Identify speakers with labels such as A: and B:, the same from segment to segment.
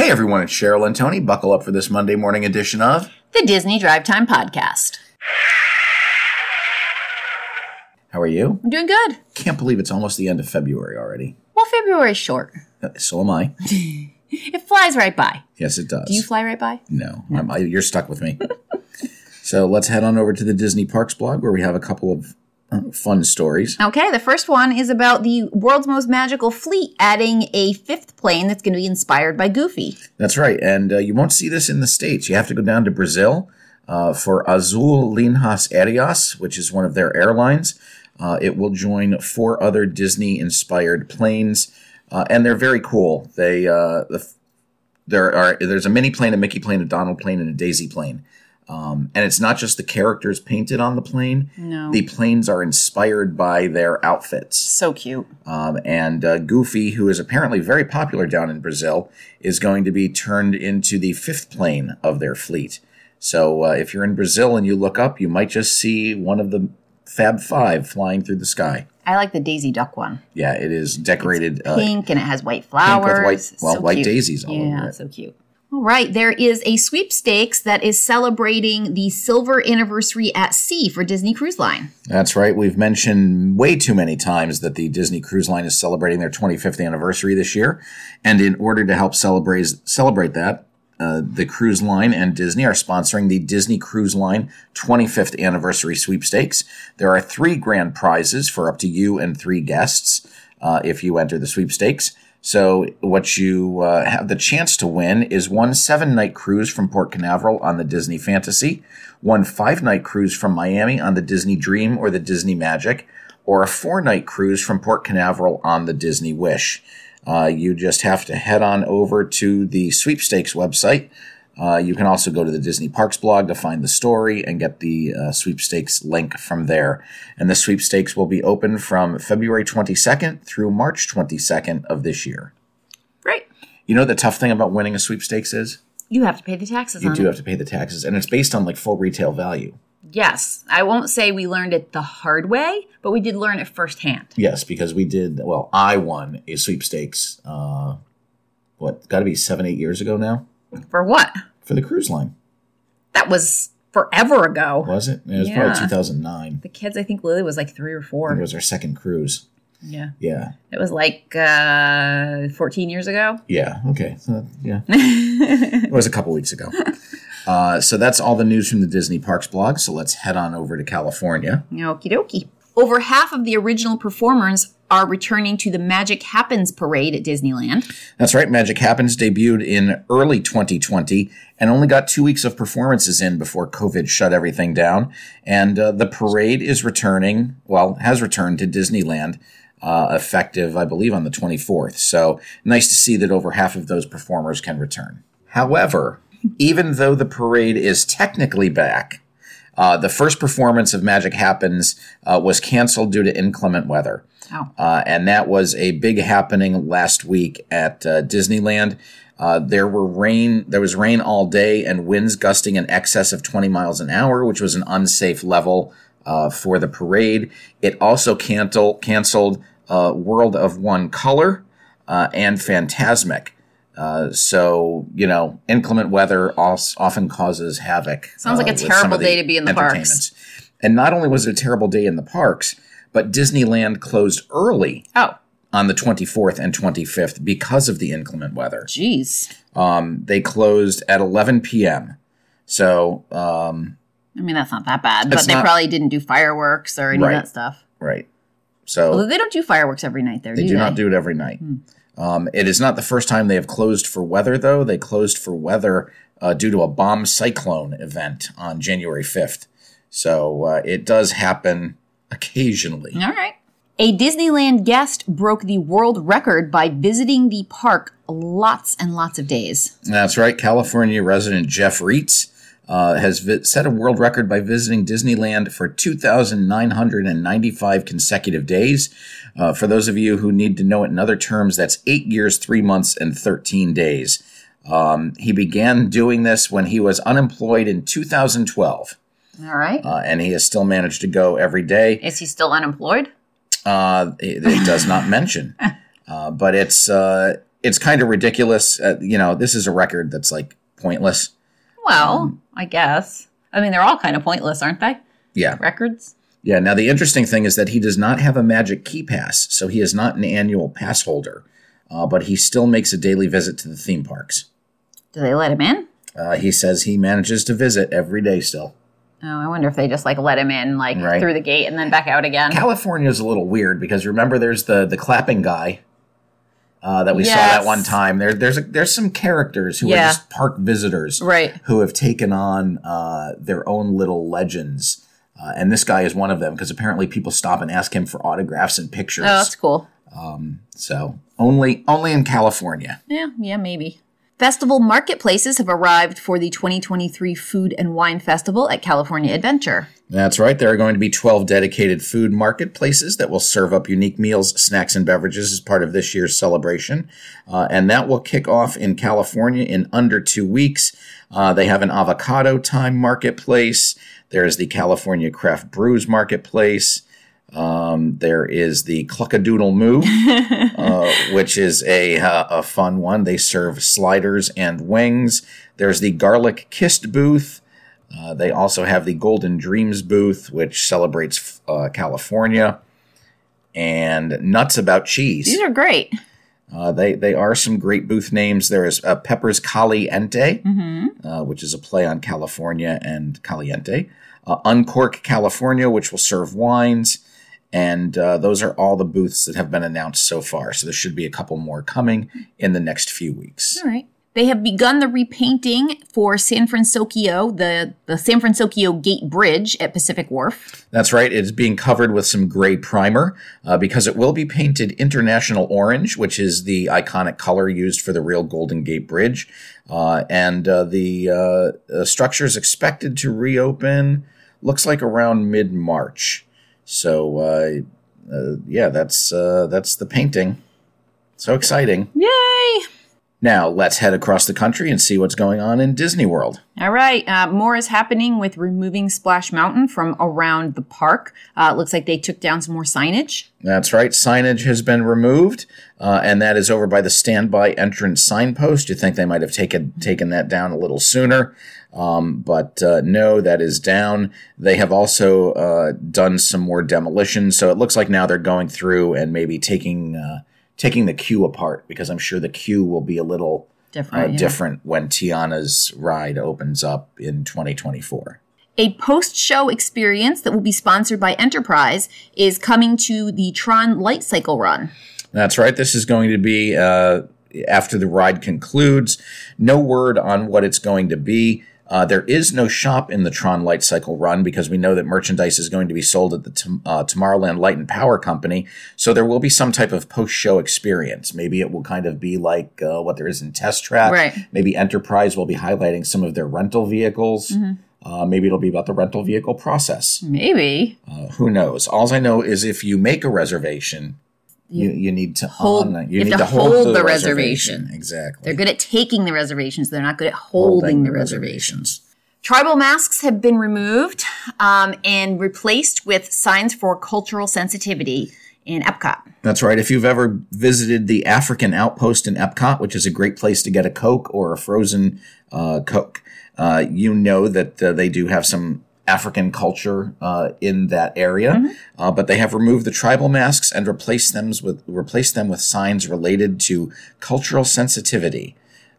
A: everyone, it's Cheryl and Tony. Buckle up for this Monday morning edition of
B: The Disney Drive Time Podcast.
A: How are you?
B: I'm doing good.
A: Can't believe it's almost the end of February already.
B: Well, February is short.
A: Uh, So am I.
B: It flies right by.
A: Yes, it does.
B: Do you fly right by?
A: no, I'm, I, you're stuck with me. so let's head on over to the Disney Parks blog where we have a couple of uh, fun stories.
B: Okay, the first one is about the world's most magical fleet adding a fifth plane that's going to be inspired by Goofy.
A: That's right. And uh, you won't see this in the States. You have to go down to Brazil uh, for Azul Linhas Aéreas, which is one of their airlines. Uh, it will join four other Disney inspired planes. Uh, and they're very cool. They uh, the, f- there are there's a mini plane, a Mickey plane, a Donald plane, and a Daisy plane. Um, and it's not just the characters painted on the plane.
B: No.
A: The planes are inspired by their outfits.
B: So cute.
A: Um, and uh, Goofy, who is apparently very popular down in Brazil, is going to be turned into the fifth plane of their fleet. So uh, if you're in Brazil and you look up, you might just see one of the Fab Five flying through the sky.
B: I like the Daisy Duck one.
A: Yeah, it is decorated uh,
B: Pink and it has white flowers.
A: with white, well,
B: So
A: white
B: cute.
A: daisies all
B: yeah,
A: over it.
B: so cute. All right, there is a sweepstakes that is celebrating the silver anniversary at sea for Disney Cruise Line.
A: That's right. We've mentioned way too many times that the Disney Cruise Line is celebrating their 25th anniversary this year. And in order to help celebrate, celebrate that, uh, the Cruise Line and Disney are sponsoring the Disney Cruise Line 25th Anniversary Sweepstakes. There are three grand prizes for up to you and three guests uh, if you enter the sweepstakes. So, what you uh, have the chance to win is one seven night cruise from Port Canaveral on the Disney Fantasy, one five night cruise from Miami on the Disney Dream or the Disney Magic, or a four night cruise from Port Canaveral on the Disney Wish. Uh, you just have to head on over to the sweepstakes website. Uh, you can also go to the Disney Parks blog to find the story and get the uh, sweepstakes link from there. And the sweepstakes will be open from February 22nd through March 22nd of this year.
B: Right.
A: You know the tough thing about winning a sweepstakes is
B: You have to pay the taxes
A: you
B: on
A: do
B: it.
A: have to pay the taxes, and it's based on like full retail value.
B: Yes, I won't say we learned it the hard way, but we did learn it firsthand.
A: Yes, because we did. Well, I won a sweepstakes. Uh, what got to be seven, eight years ago now
B: For what?
A: for the cruise line,
B: That was forever ago.
A: was it? It was
B: Yeah.
A: probably 2009.
B: The kids, I think Lily was like three or
A: I think
B: four.
A: It was our second cruise.
B: Yeah.
A: Yeah,
B: It was like uh, 14 years ago.
A: yeah, okay, So, yeah. it was a couple weeks ago. Uh, so that's all the news from the Disney Parks blog. So let's head on over to California.
B: Okie dokie. Over half of the original performers are returning to the Magic Happens parade at Disneyland.
A: That's right. Magic Happens debuted in early 2020 and only got two weeks of performances in before COVID shut everything down. And uh, the parade is returning, well, has returned to Disneyland, uh, effective, I believe, on the 24th. So nice to see that over half of those performers can return. However, even though the parade is technically back, uh, the first performance of Magic Happens uh, was canceled due to inclement weather.
B: Oh,
A: Uh, and that was a big happening last week at uh, Disneyland. Uh, there were rain. There was rain all day and winds gusting in excess of 20 miles an hour, which was an unsafe level uh, for the parade. It also cancel, canceled uh, World of One Color uh, and Fantasmic. Uh, so you know, inclement weather als- often causes havoc.
B: Sounds like a
A: uh, with some of
B: terrible day to be in the parks.
A: entertainments. And not only was it a terrible day in the parks, but Disneyland closed early
B: oh,
A: on the 24th and 25th because of the inclement weather.
B: jeez.
A: Um, they closed at 11 p.m. So, um,
B: I mean, that's not that bad, but
A: It's
B: they
A: not-
B: probably didn't do fireworks or any
A: Right.
B: of that stuff.
A: right. So
B: Although they don't do fireworks every night there,
A: They
B: do,
A: do
B: they?
A: not do it every night. Um, it is not the first time they have closed for weather, though. They closed for weather uh, due to a bomb cyclone event on January 5th. So uh, it does happen occasionally.
B: All right. A Disneyland guest broke the world record by visiting the park lots and lots of days.
A: That's right. California resident Jeff Reitz uh, has vi- set a world record by visiting Disneyland for 2,995 consecutive days. Uh, for those of you who need to know it in other terms, that's eight years, three months, and 13 days. Um, he began doing this when he was unemployed in 2012,
B: All right.
A: uh, and he has still managed to go every day.
B: Is he still unemployed?
A: Uh, it, it does not mention, uh, but it's uh, it's kind of ridiculous. Uh, you know, this is a record that's like pointless.
C: Well,
B: Mm.
C: I guess. I mean, they're all kind of pointless, aren't they?
A: Yeah.
C: Records.
A: Yeah. Now, the interesting thing is that he does not have a magic key pass, so he is not an annual pass holder, uh, but he still makes a daily visit to the theme parks.
C: Do they let him in?
A: Uh, he says he manages to visit every day still.
C: Oh, I wonder if they just like let him in like
A: Right.
C: through the gate and then back out again.
A: California is a little weird because remember, there's the the clapping guy uh, that we saw that
C: Yes.
A: one time. There, there's a, there's some characters who
C: Yeah.
A: are just park visitors,
C: Right.
A: who have taken on uh, their own little legends. Uh, and this guy is one of them because apparently people stop and ask him for autographs and
C: Oh,
A: pictures.
C: that's cool.
A: so only only in California.
C: Yeah, yeah, maybe.
B: Festival marketplaces have arrived for the 2023 Food and Wine Festival at California Adventure.
A: That's right. There are going to be 12 dedicated food marketplaces that will serve up unique meals, snacks, and beverages as part of this year's celebration. Uh, and that will kick off in California in under two weeks. Uh, they have an avocado time marketplace. There's the California Craft Brews marketplace. Um, there is the Cluckadoodle Moo, uh, which is a, uh, a fun one. They serve sliders and wings. There's the Garlic Kissed booth. Uh, they also have the Golden Dreams booth, which celebrates uh, California, and Nuts About Cheese.
B: These are great.
A: Uh, they they are some great booth names. There is uh, Pepper's Caliente, uh, which is a play on California and Caliente. Uh, Uncork California, which will serve wines, and uh, those are all the booths that have been announced so far. So there should be a couple more coming in the next few weeks.
B: All right. They have begun the repainting for San Francisco, the, the San Francisco Gate Bridge at Pacific Wharf.
A: That's right. It's being covered with some gray primer uh, because it will be painted international orange, which is the iconic color used for the real Golden Gate Bridge. Uh, and uh, the uh, uh, structure is expected to reopen, looks like around mid March. So, uh, uh, yeah, that's, uh, that's the painting. So exciting.
C: Yay!
A: Now, let's head across the country and see what's going on in Disney World.
C: All right, uh, more is happening with removing Splash Mountain from around the park. Uh, it looks like they took down some more signage.
B: Uh,
A: That's right. Signage has been removed, uh, and that is over by the standby entrance signpost. You think they might have taken taken that down a little sooner, um, but uh, no, that is down. They have also uh, done some more demolition, so it looks like now they're going through and maybe taking uh, taking the queue apart because I'm sure the queue will be a little uh,
B: Oh,
C: Different. yeah.
A: different when Tiana's ride opens up in 2024.
B: A post show experience that will be sponsored by Enterprise is coming to the Tron Light Cycle Run.
A: That's right. This is going to be uh, after the ride concludes. No word on what it's going to be. Uh, there is no shop in the Tron Light Cycle run because we know that merchandise is going to be sold at the Tom- uh, Tomorrowland Light and Power Company. So there will be some type of post show experience. Maybe it will kind of be like uh, what there is in Test Track.
C: Right.
A: Maybe Enterprise will be highlighting some of their rental vehicles. Uh, maybe it'll be about the rental vehicle process.
C: Maybe.
A: Uh, who knows? All I know is if you make a reservation, you, you need to
B: Hold-
A: honor-
B: you
A: you
B: have
A: need
B: to
A: to, hold,
B: hold
A: to
B: the
A: the
B: reservation.
A: reservation. Exactly.
B: They're good at taking the reservations, they're not good at holding, the reservations. Tribal masks have been removed um, and replaced with signs for cultural sensitivity in Epcot.
A: That's right. If you've ever visited the African outpost in Epcot, which is a great place to get a Coke or a frozen uh, Coke, uh, you know that uh, they do have some African culture uh, in that area.
B: Mm-hmm.
A: Uh, but they have removed the tribal masks and replaced them with replaced them with signs related to cultural sensitivity.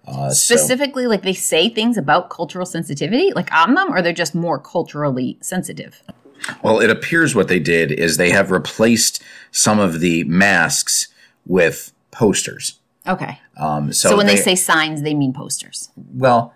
A: Uh, so-
C: Specifically, like they say things about cultural sensitivity, like on them, or they're just more culturally sensitive.
A: Well, it appears what they did is they have replaced some of the masks with posters.
C: Okay.
A: Um, so,
B: So when they, say signs, they mean posters.
A: well,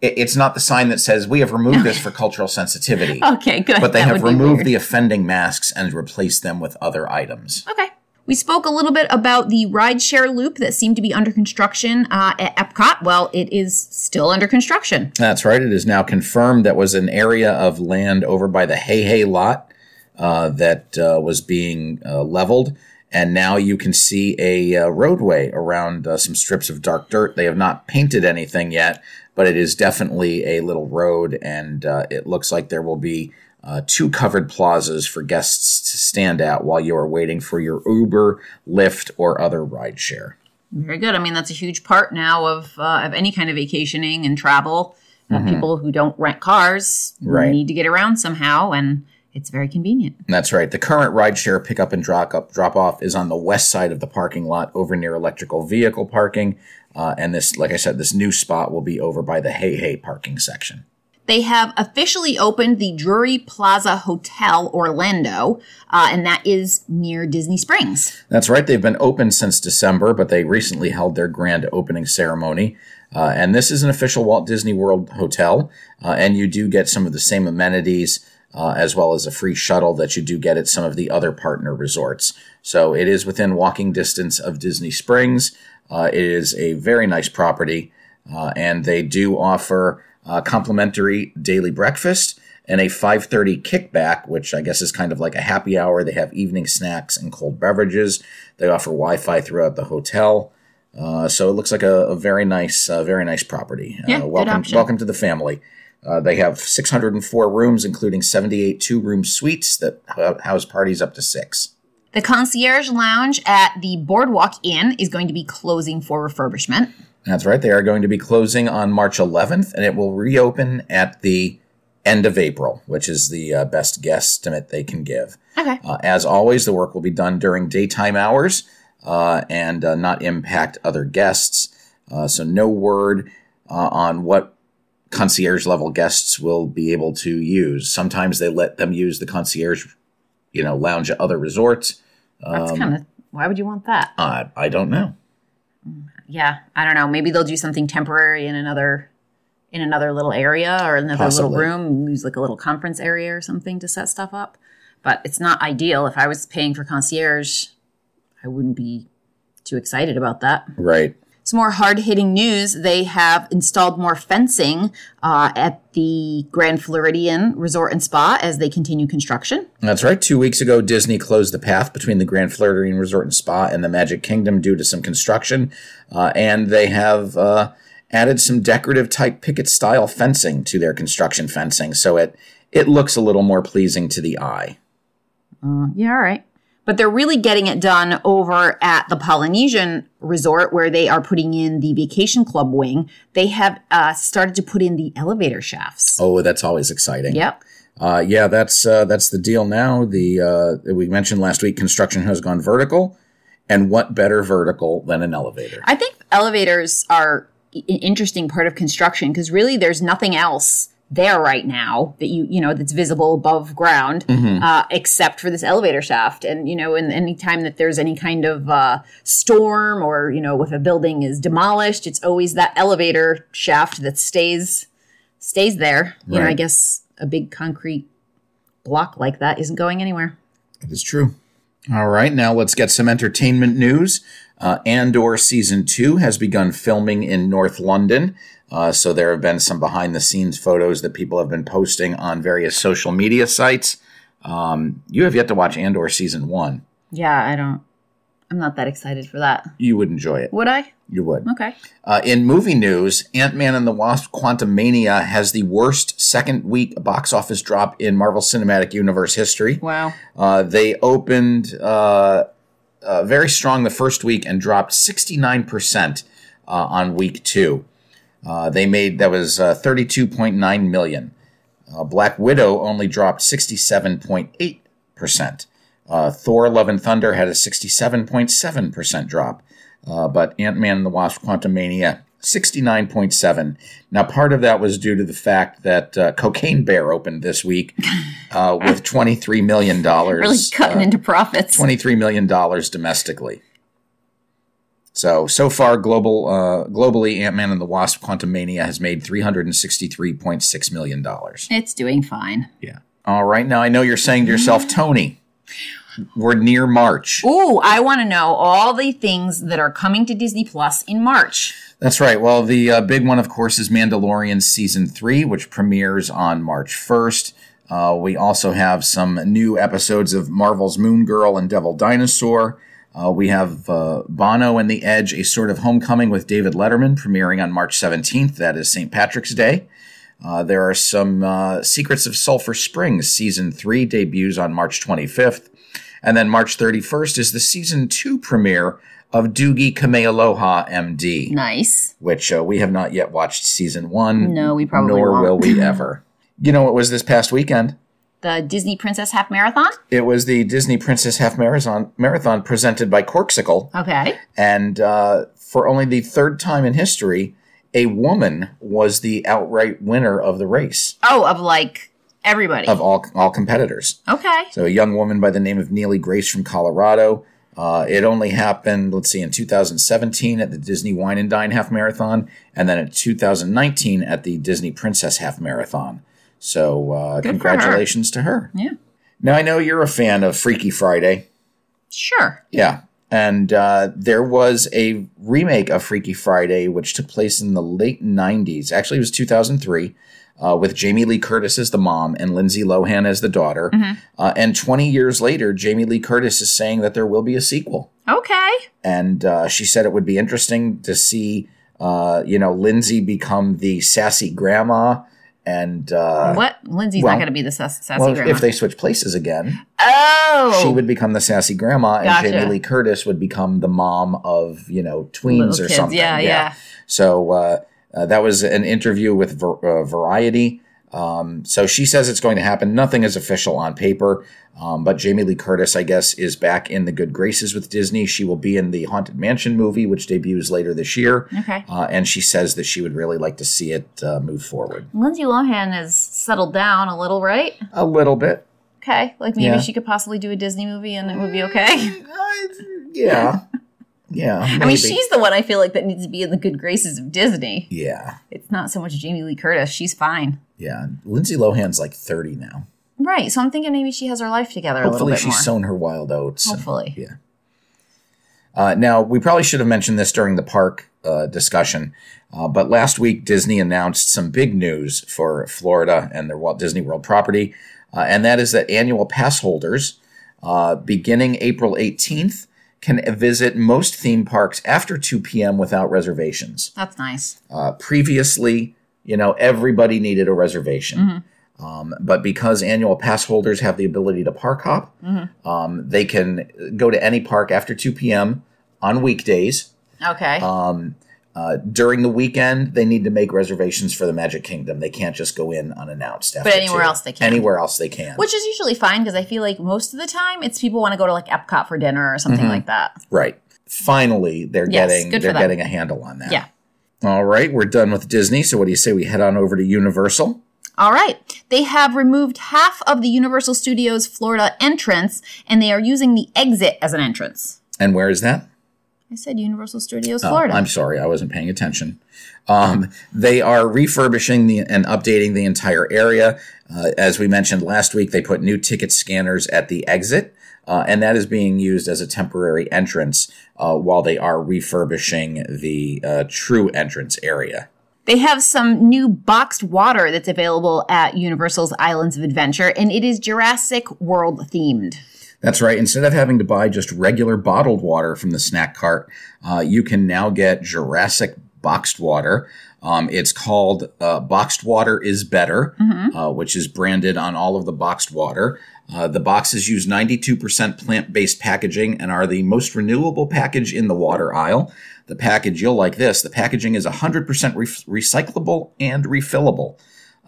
A: it, it's not the sign that says we have removed this for cultural sensitivity,
B: Oh,
C: Okay, good.
A: but they
C: That
A: have
C: would be
A: removed
C: weird.
A: the offending masks and replaced them with other items.
B: Okay. We spoke a little bit about the rideshare loop that seemed to be under construction uh, at Epcot. Well, it is still under construction.
A: That's right. It is now confirmed that was an area of land over by the Hey Hey lot uh, that uh, was being uh, leveled. And now you can see a uh, roadway around uh, some strips of dark dirt. They have not painted anything yet, but it is definitely a little road. And uh, it looks like there will be uh, two covered plazas for guests to stand at while you are waiting for your Uber, Lyft, or other rideshare.
B: Very good. I mean, that's a huge part now of uh, of any kind of vacationing and travel. Uh, People who don't rent cars
A: Right.
B: need to get around somehow, and it's very convenient.
A: That's right. The current rideshare pickup and drop up drop off is on the west side of the parking lot, over near electrical vehicle parking. Uh, and this, like I said, this new spot will be over by the Hey Hey parking section.
B: They have officially opened the Drury Plaza Hotel Orlando, uh, and that is near Disney Springs.
A: That's right. They've been open since December, but they recently held their grand opening ceremony. Uh, and this is an official Walt Disney World hotel, uh, and you do get some of the same amenities uh, as well as a free shuttle that you do get at some of the other partner resorts. So it is within walking distance of Disney Springs. Uh, it is a very nice property, uh, and they do offer uh, complimentary daily breakfast and a 5.30 kickback which i guess is kind of like a happy hour they have evening snacks and cold beverages they offer wi-fi throughout the hotel uh, so it looks like a, a very nice uh, very nice property
B: Yeah,
A: uh,
B: good
A: welcome
B: option.
A: welcome to the family uh, they have 604 rooms including 78 two-room suites that ho- house parties up to six
B: The concierge lounge at the Boardwalk Inn is going to be closing for refurbishment.
A: that's right they are going to be closing on march 11th and it will reopen at the end of april which is the uh, best guesstimate they can give
B: Okay.
A: Uh, as always, the work will be done during daytime hours uh, and uh, not impact other guests. Uh, so, no word uh, on what concierge level guests will be able to use. Sometimes they let them use the concierge, you know, lounge at other resorts.
B: That's kind of why would you want that?
A: Uh, I don't know.
B: Yeah, I don't know. Maybe they'll do something temporary in another in another little area or another
A: Possibly.
B: little room, use like a little conference area or something to set stuff up. But it's not ideal. If I was paying for concierge, I wouldn't be too excited about that.
A: Right.
B: Some more hard hitting news. They have installed more fencing uh, at the Grand Floridian Resort and Spa as they continue construction.
A: That's right. Two weeks ago, Disney closed the path between the Grand Floridian Resort and Spa and the Magic Kingdom due to some construction, uh, and they have uh, added some decorative type picket style fencing to their construction fencing, so it it looks a little more pleasing to the eye.
B: Yeah, all right. But they're really getting it done over at the Polynesian Resort where they are putting in the vacation club wing. They have uh, started to put in the elevator shafts.
A: Oh, that's always exciting.
B: Yep.
A: Uh, yeah, that's uh, that's the deal now. The uh, we mentioned last week, construction has gone vertical, and what better vertical than an elevator?
B: I think elevators are i- an interesting part of construction because really there's nothing else there right now that you you know that's visible above ground uh, except for this elevator shaft and you know in any time that there's any kind of uh, storm or you know if a building is demolished it's always that elevator shaft that stays stays there you know i
A: Right.
B: guess a big concrete block like that isn't going anywhere
A: It is true. All right, now let's get some entertainment news. Uh, Andor season two has begun filming in North London. Uh, so there have been some behind the scenes photos that people have been posting on various social media sites. Um, you have yet to watch Andor season one.
B: yeah i don't i'm not that excited for that
A: You would enjoy it.
B: would i
A: You would.
B: okay
A: Uh, in movie news, Ant Man and the Wasp Quantumania has the worst second week box office drop in Marvel Cinematic Universe history.
B: wow
A: Uh, they opened uh, uh, very strong the first week and dropped 69% uh, on week two. Uh, they made that was uh, 32.9 million. Uh, Black Widow only dropped 67.8%. Uh, Thor: Love and Thunder had a 67.7% drop, uh, but Ant Man and the Wasp: Quantumania. 69.7. Now, part of that was due to the fact that uh, Cocaine Bear opened this week uh, with $23 million. uh,
B: really cutting into profits.
A: $23 million domestically. So, so far, global, uh, globally, Ant Man and the Wasp Quantumania has made $363.6 million.
B: It's doing fine.
A: Yeah. All right. Now, I know you're saying to yourself, Tony, we're near March.
B: Ooh, I want to know all the things that are coming to Disney Plus in March.
A: That's right. Well, the uh, big one, of course, is Mandalorian season three, which premieres on March 1st. Uh, we also have some new episodes of Marvel's Moon Girl and Devil Dinosaur. Uh, we have uh, Bono and the Edge, a sort of homecoming with David Letterman, premiering on March 17th. That is St. Patrick's Day. Uh, there are some uh, Secrets of Sulphur Springs season three debuts on March 25th. And then March 31st is the season two premiere of Doogie Kamealoha, MD,
B: Nice.
A: which uh, we have not yet watched season one.
B: No, we probably
A: nor
B: won't.
A: will we ever. You know what was this past weekend?
B: The Disney Princess Half Marathon.
A: It was the Disney Princess Half Marathon marathon presented by Corksicle,
B: Okay.
A: and uh, for only the third time in history, a woman was the outright winner of the race
B: Oh, of like everybody.
A: of all all competitors.
B: okay.
A: So a young woman by the name of Neely Grace from Colorado. Uh, it only happened, let's see, in 2017 at the Disney Wine and Dine Half Marathon, and then in 2019 at the Disney Princess Half Marathon. So uh,
B: for her.
A: congratulations to her.
B: Yeah.
A: Now I know you're a fan of Freaky Friday.
B: Sure.
A: Yeah. And uh, there was a remake of Freaky Friday, which took place in the late 90s. Actually, it was 2003, uh, with Jamie Lee Curtis as the mom and Lindsay Lohan as the daughter.
B: Mm-hmm.
A: Uh, and 20 years later, Jamie Lee Curtis is saying that there will be a sequel.
B: Okay.
A: And uh, she said it would be interesting to see, uh, you know, Lindsay become the sassy grandma. And, uh,
B: what? Lindsay's
A: well-
B: not going to be the sass- sassy
A: well,
B: grandma.
A: if they switch places again.
B: oh.
A: she would become the sassy grandma, and
B: Gotcha.
A: Jamie Lee Curtis would become the mom of you know
B: Little
A: tweens or
B: kids.
A: something.
B: Yeah, yeah.
A: So uh, uh, that was an interview with Var- uh, Variety. Um, so she says it's going to happen. Nothing is official on paper, um, but Jamie Lee Curtis, I guess, is back in the good graces with Disney. She will be in the Haunted Mansion movie, which debuts later this year.
B: Okay.
A: Uh, and she says that she would really like to see it uh, move forward
B: Lindsay Lohan has settled down a little, right?
A: a little bit.
B: Okay. Like maybe
A: Yeah.
B: she could possibly do a Disney movie and it would be okay.
A: Uh, Yeah, yeah.
B: I mean,
A: maybe.
B: she's the one I feel like that needs to be in the good graces of Disney.
A: yeah.
B: It's not so much Jamie Lee Curtis. She's fine.
A: Yeah, Lindsay Lohan's like 30 now.
B: Right. So I'm thinking maybe she has her life together a little
A: Hopefully,
B: bit
A: she's
B: more.
A: sown her wild oats. and-
B: Hopefully.
A: yeah. Uh, now, we probably should have mentioned this during the park uh, discussion, uh, but last week Disney announced some big news for Florida and their Walt Disney World property, uh, and that is that annual pass holders, uh, beginning April 18th, can visit most theme parks after 2 p.m. without reservations.
B: That's nice.
A: Uh, previously, you know, everybody needed a reservation.
B: Mm-hmm.
A: Um, but because annual pass holders have the ability to park hop,
B: Mm-hmm.
A: um, they can go to any park after 2 p.m. on weekdays.
B: Okay.
A: Um, uh, during the weekend, they need to make reservations for the Magic Kingdom. They can't just go in unannounced. After
B: anywhere
A: 2.
B: else they can.
A: Anywhere else they can.
B: Which is usually fine because I feel like most of the time it's people want to go to like Epcot for dinner or
A: Mm-hmm.
B: something like that.
A: right. Finally, they're
B: Yes,
A: getting
B: good for
A: they're
B: them.
A: getting a handle on that.
B: Yeah.
A: All right, we're done with Disney. So what do you say we head on over to Universal?
B: All right. They have removed half of the Universal Studios Florida entrance and they are using the exit as an entrance.
A: And where is that?
B: I said Universal Studios
A: Oh,
B: Florida.
A: I'm sorry, I wasn't paying attention. Um, they are refurbishing the, and updating the entire area. Uh, as we mentioned last week, they put new ticket scanners at the exit, uh, and that is being used as a temporary entrance uh, while they are refurbishing the uh, true entrance area.
B: They have some new boxed water that's available at Universal's Islands of Adventure, and it is Jurassic World themed.
A: That's right. Instead of having to buy just regular bottled water from the snack cart, uh, you can now get Jurassic boxed water. Um, it's called uh, Boxed Water is Better, uh, which is branded on all of the boxed water. Uh, the boxes use 92% plant based packaging and are the most renewable package in the water aisle. The package, you'll like this, the packaging is 100% re- recyclable and refillable.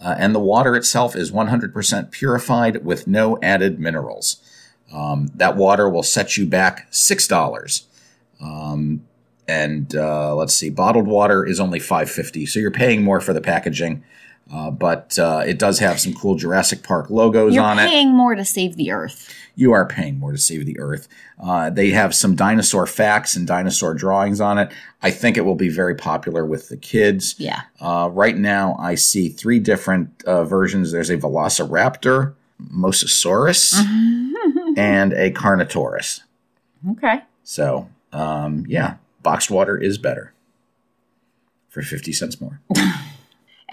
A: Uh, and the water itself is 100% purified with no added minerals. Um, that water will set you back six dollars. Um, and uh, let's see, bottled water is only five fifty, so you're paying more for the packaging. Uh, but uh, it does have some cool Jurassic Park logos
B: You're
A: on it
B: paying more to save the earth.
A: you are paying more to save the earth. Uh, they have some dinosaur facts and dinosaur drawings on it. I think it will be very popular with the kids.
B: Yeah.
A: Uh, right now, I see three different uh, versions there's a Velociraptor, Mosasaurus, and a Carnotaurus.
B: Okay.
A: So, um, yeah, boxed water is better for 50 cents more.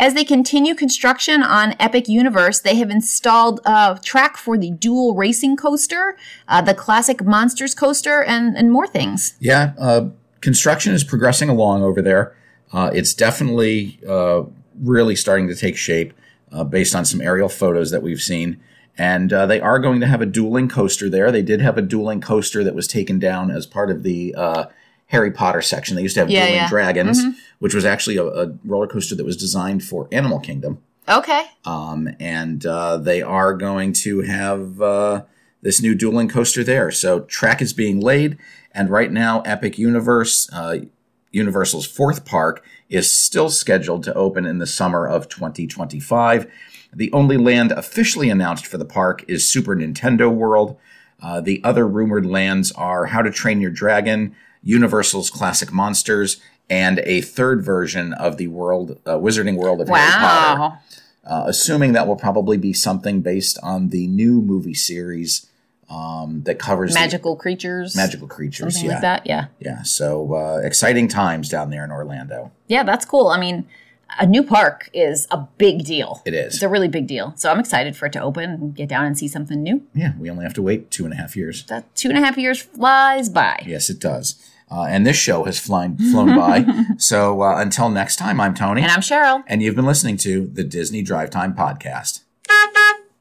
B: As they continue construction on Epic Universe, they have installed a track for the dual racing coaster, uh, the classic Monsters coaster, and, and more things.
A: Yeah, uh, construction is progressing along over there. Uh, it's definitely uh, really starting to take shape uh, based on some aerial photos that we've seen. And uh, they are going to have a dueling coaster there. They did have a dueling coaster that was taken down as part of the uh, Harry Potter section. They used to have
B: Yeah,
A: Dueling
B: yeah. Mm-hmm.
A: Dragons, which was actually a, a roller coaster that was designed for Animal Kingdom.
B: Okay.
A: Um, and uh, they are going to have uh, this new dueling coaster there. So track is being laid, and right now, Epic Universe, uh, Universal's fourth park, is still scheduled to open in the summer of 2025. The only land officially announced for the park is Super Nintendo World. Uh, the other rumored lands are How to Train Your Dragon, Universal's Classic Monsters, and a third version of the World uh, Wizarding World of Harry Potter
B: Wow.
A: uh, assuming that will probably be something based on the new movie series um, that covers the
C: Magical creatures.
A: magical creatures.
C: Something
A: yeah,
C: like that. Yeah.
A: yeah. So uh, exciting times down there in Orlando.
C: Yeah, that's cool. I mean, a new park is a big deal.
A: It is.
C: It's a really big deal. So I'm excited for it to open and get down and see something new.
A: Yeah, we only have to wait two and a half years.
C: That two and a half years flies by.
A: Yes, it does. Uh, and this show has flown flown by. So uh, until next time, I'm Tony,
C: And I'm Cheryl.
A: and you've been listening to the Disney Drive Time podcast.